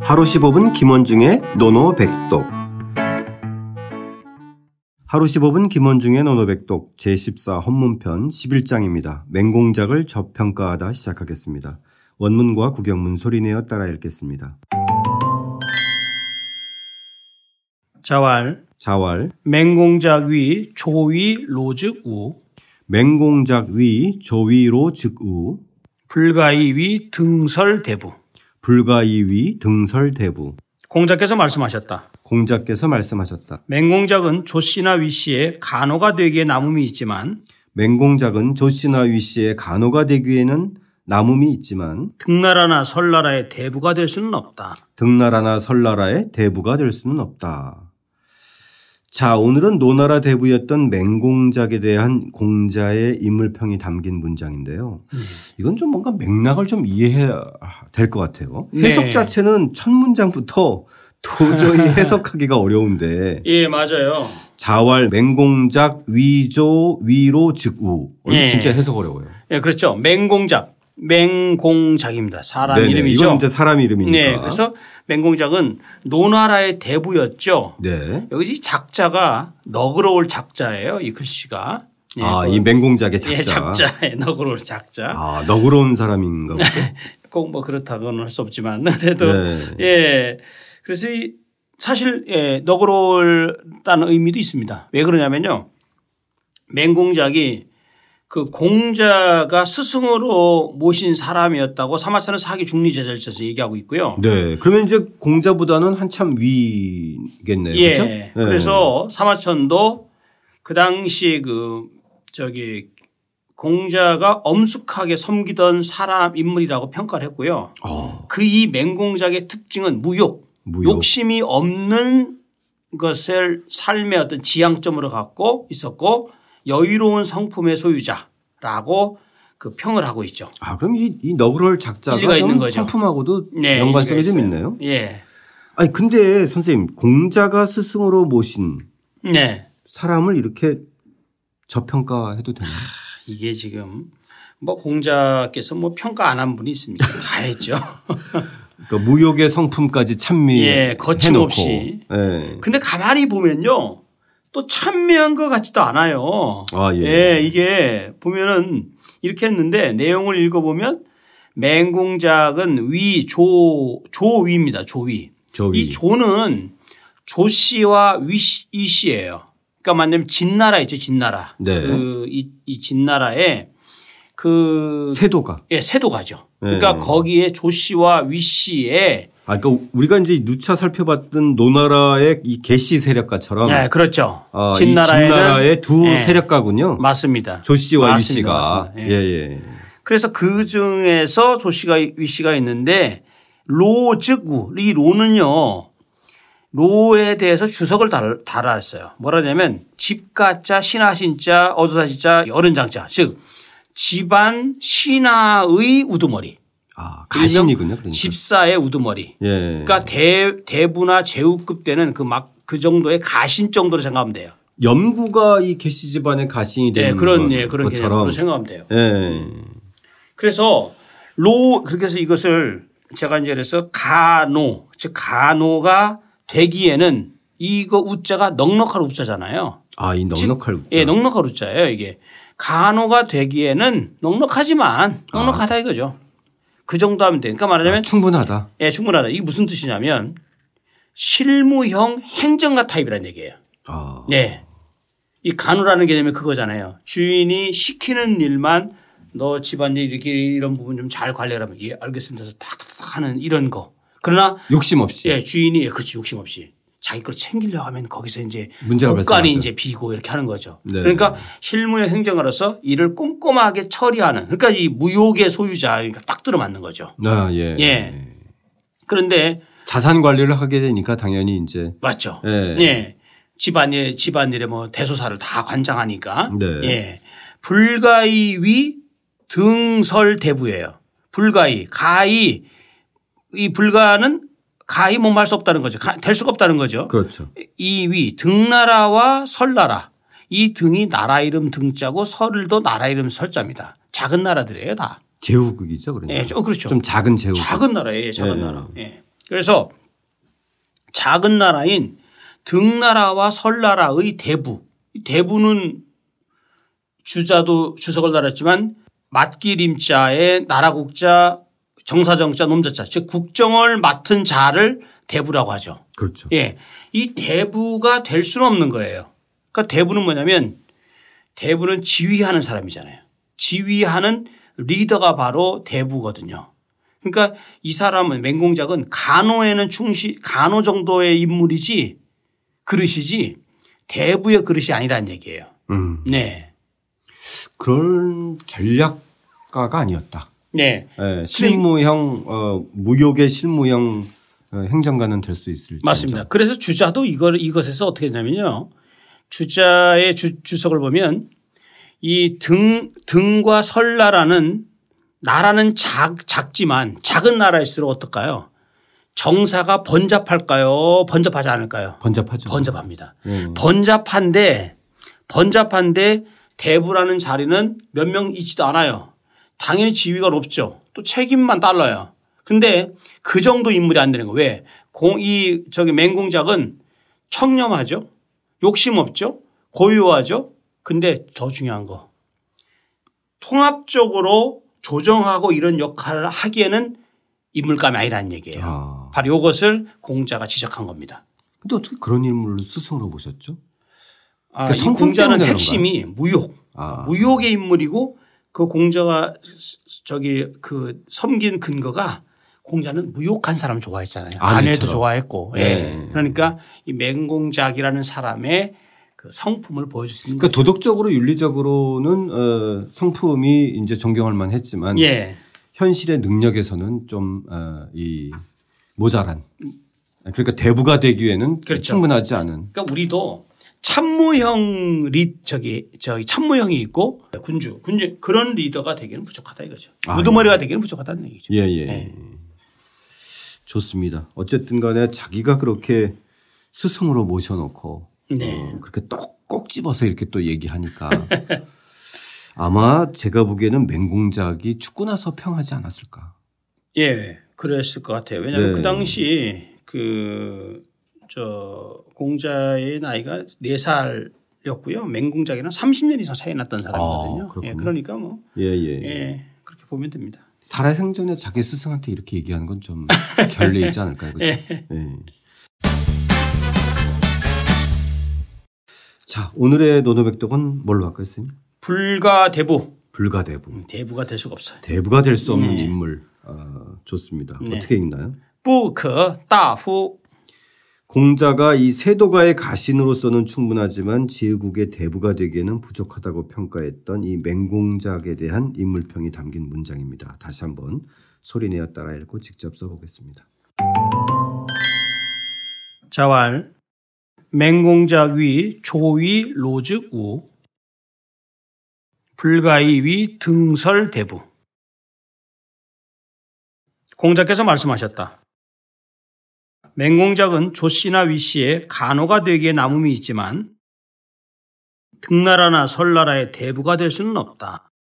하루 15분 김원중의 노노백독 하루 15분 김원중의 노노백독 제14 헌문편 11장입니다. 맹공작을 저평가하다 시작하겠습니다. 원문과 구경문 소리내어 따라 읽겠습니다. 자왈 자왈 맹공작 위 조위 로즉우 맹공작 위 조위로 즉우 불가이 위 등설대부 불가이 위 등설대부 공자께서 말씀하셨다. 공자께서 말씀하셨다. 맹공작은 조씨나 위씨의 간호가 되기에 남음이 있지만 맹공작은 조씨나 위씨의 간호가 되기에는 남음이 있지만 등나라나 설나라의 대부가 될 수는 없다. 등나라나 설나라의 대부가 될 수는 없다. 자, 오늘은 노나라 대부였던 맹공작에 대한 공자의 인물평이 담긴 문장인데요. 음. 이건 좀 뭔가 맥락을 좀 이해해야 될 것 같아요. 네. 해석 자체는 첫 문장부터 도저히 해석하기가 어려운데 예 맞아요. 자왈 맹공작 위조 위로 즉우 어, 이거 예. 진짜 해석 어려워요. 예 그렇죠. 맹공작 맹공작입니다. 사람 네네, 이건 이름이죠. 이제 사람 이름이니까. 네 그래서 맹공작은 노나라의 대부였죠. 네. 여기서 이 작자가 너그러울 작자예요. 이 글씨가. 예, 아, 이 맹공작의 작자. 예, 작자. 예, 너그러울 작자. 아, 너그러운 사람인가 보죠. 꼭 뭐 그렇다고는 할 수 없지만 그래도 네. 예. 그래서 이 사실 예, 너그러울다는 의미도 있습니다. 왜 그러냐면요. 맹공작이 그 공자가 스승으로 모신 사람이었다고 사마천은 사기 중리 제자일서에서 얘기하고 있고요. 네. 그러면 이제 공자보다는 한참 위겠네요. 예. 그렇죠? 그래서 사마천도 그 당시 그 저기 공자가 엄숙하게 섬기던 사람 인물이라고 평가를 했고요. 어, 그 이 맹공작의 특징은 무욕, 무욕. 욕심이 없는 것을 삶의 어떤 지향점으로 갖고 있었고 여유로운 성품의 소유자라고 그 평을 하고 있죠. 아, 그럼 이, 이 너그럴 작자가 일리가 있는 좀 거죠. 상품하고도 네, 연관성이 일리가 좀 있어요. 있나요? 예. 아니, 근데 선생님, 공자가 스승으로 모신 네. 사람을 이렇게 저평가해도 되나요? 이게 지금 뭐 공자께서 뭐 평가 안 한 분이 있습니까? 다 했죠. 그러니까 무욕의 성품까지 참미 예, 거침없이. 해놓고. 예. 근데 가만히 보면요. 또 찬미한 것 같지도 않아요. 아, 예. 이게 보면은 이렇게 했는데 내용을 읽어보면 맹공작은 위, 조, 조위입니다. 조위. 저위. 이 조는 조씨와 위씨, 이씨예요 그러니까 만약면 진나라 있죠. 진나라. 네. 그, 이, 이 진나라에 그, 세도가. 예, 세도가죠. 네. 그러니까 거기에 조씨와 위씨의 아, 그러니까 우리가 이제 누차 살펴봤던 노나라의 이 개씨 세력가처럼 네, 그렇죠. 아, 이 진나라에는 진나라의 두 예. 세력가군요. 맞습니다. 조 씨와 이 맞습니다. 씨가 맞습니다. 예. 예예 그래서 그 중에서 조 씨가 위 씨가 있는데 로 즉우 이 로는요 로에 대해서 주석을 달, 달았어요. 뭐라냐면 집가자 신하신자 어조사신자 어른장자 즉 집안 신하의 우두머리 아 가신이군요. 그러니까. 집사의 우두머리 예. 그러니까 대, 대부나 제후급 때는 그 막 그 정도의 가신 정도로 생각하면 돼요. 염구가 이 개씨 집안의 가신이 되는 예, 그런 것- 예, 그런 것처럼 개념으로 생각하면 돼요. 예. 그래서 로 그렇게 해서 이것을 제가 이제 그래서 가노 즉 가노가 되기에는 이거 우자가 넉넉한 우자잖아요. 아이 넉넉할 예, 넉넉한 우자예요 이게 가노가 되기에는 넉넉하지만 넉넉하다 이거죠. 그 정도 하면 돼. 그러니까 말하자면 그렇죠. 충분하다. 예, 충분하다. 이게 무슨 뜻이냐면 실무형 행정가 타입이라는 얘기예요. 아 네. 이 간호라는 개념이 그거잖아요. 주인이 시키는 일만 너 집안일 이렇게 이런 부분 좀 잘 관리하라면 예, 알겠습니다. 해서 탁탁탁 하는 이런 거. 그러나 욕심 없이 예, 주인이 예, 그렇지 욕심 없이 자기 걸 챙기려 하면 거기서 이제 문제가 국간이 발생하죠. 이제 비고 이렇게 하는 거죠. 네. 그러니까 실무의 행정으로서 일을 꼼꼼하게 처리하는 그러니까 이 무욕의 소유자 그러니까 딱 들어맞는 거죠. 아, 예. 예. 그런데 자산 관리를 하게 되니까 당연히 이제 맞죠. 예. 예. 집안일, 집안일에 뭐 대소사를 다 관장하니까. 네. 예. 불가이 위 등설 대부예요. 불가이, 가이, 이 불가는 가이 못말 수 없다는 거죠. 가- 될 수가 없다는 거죠. 그렇죠. 이 위 등나라와 설나라 이 등이 나라 이름 등자고 설도 나라 이름 설자입니다. 작은 나라들이에요 다. 제후국이죠. 그러니까 예, 저- 그렇죠. 좀 작은 제후국. 작은 나라예요, 작은 네. 나라. 예. 그래서 작은 나라인 등나라와 설나라의 대부 이 대부는 주자도 주석을 달았지만 맞기림자에 나라국자 정사정자 놈자자 즉 국정을 맡은 자를 대부라고 하죠. 그렇죠. 예. 이 대부가 될 수는 없는 거예요. 그러니까 대부는 뭐냐면 대부는 지휘하는 사람이잖아요. 지휘하는 리더가 바로 대부거든요. 그러니까 이 사람은 맹공작은 간호에는 충실 간호 정도의 인물이지 그릇이지 대부의 그릇이 아니란 얘기예요. 음. 네. 그런 전략가가 아니었다. 네. 예, 실무형 어, 무역의 실무형 어, 행정가는 될 수 있을 맞습니다. 그래서 주자도 이걸 이것에서 어떻게 했냐면요. 주자의 주, 주석을 보면 이 등, 등과 설나라는 나라는 작, 작지만 작은 나라일수록 어떨까요? 정사가 번잡할까요? 번잡하지 않을까요? 번잡하죠. 번잡합니다. 예. 번잡한데 번잡한데 대부라는 자리는 몇 명 있지도 않아요. 당연히 지위가 높죠. 또 책임만 달라요. 근데 그 정도 인물이 안 되는 거 왜? 공, 이 저기 맹공작은 청렴하죠. 욕심 없죠. 고유하죠. 근데 더 중요한 거 통합적으로 조정하고 이런 역할을 하기에는 인물감이 아니라는 얘기예요. 아. 바로 이것을 공자가 지적한 겁니다. 근데 어떻게 그런 인물을 스승으로 보셨죠? 아, 그러니까 이 성품 공자는 때문에 핵심이 무욕, 아. 무욕의 인물이고 그 공자가 스- 저기 그 섬긴 근거가 공자는 무욕한 사람 좋아했잖아요. 아내처럼. 그렇죠. 아내도 좋아했고, 예. 네. 그러니까 이 맹공작이라는 사람의 그 성품을 보여줄 수 있는 그러니까 도덕적으로 윤리적으로는 어, 성품이 이제 존경할 만했지만 거죠. 예, 현실의 능력에서는 어, 좀이 모자란 그러니까 대부가 되기에는 그렇죠. 충분하지 않은 그러니까 우리도 참무형 리 저기 저기 참무형이 있고 군주, 군주 그런 리더가 되기는 부족하다 이거죠. 아, 우두머리가 되기는 부족하다는 얘기죠. 예, 예. 네. 좋습니다. 어쨌든 간에 자기가 그렇게 스승으로 모셔놓고 네. 어, 그렇게 똑꼭 집어서 이렇게 또 얘기하니까 아마 제가 보기에는 맹공작이 죽고 나서 평하지 않았을까. 예, 그랬을 것 같아요. 왜냐하면 네. 그 당시 그 저 공자의 나이가 4살이었고요. 맹공작이랑 30년 이상 차이 났던 사람이거든요. 아, 그렇군요. 예, 그러니까 뭐 예, 예. 예, 그렇게 보면 됩니다. 살아생전에 자기 스승한테 이렇게 얘기하는 건 좀 결례 있지 않을까요? 그렇죠? 예. 자, 오늘의 노노백독은 뭘로 할까요, 선생님? 불가 대부. 불가대부. 음, 대부가 될 수가 없어요. 대부가 될 수 없는 네. 인물. 아, 좋습니다. 네. 어떻게 읽나요? 부크 따후 공자가 이 세도가의 가신으로서는 충분하지만 지혜국의 대부가 되기에는 부족하다고 평가했던 이 맹공작에 대한 인물평이 담긴 문장입니다. 다시 한번 소리내어 따라 읽고 직접 써보겠습니다. 자왈 맹공작 위 조위 로즉 우 불가이 위 등설 대부 공자께서 말씀하셨다. 맹공작은 조씨나 위씨의 간호가 되기에 남음이 있지만 등나라나 설나라의 대부가 될 수는 없다.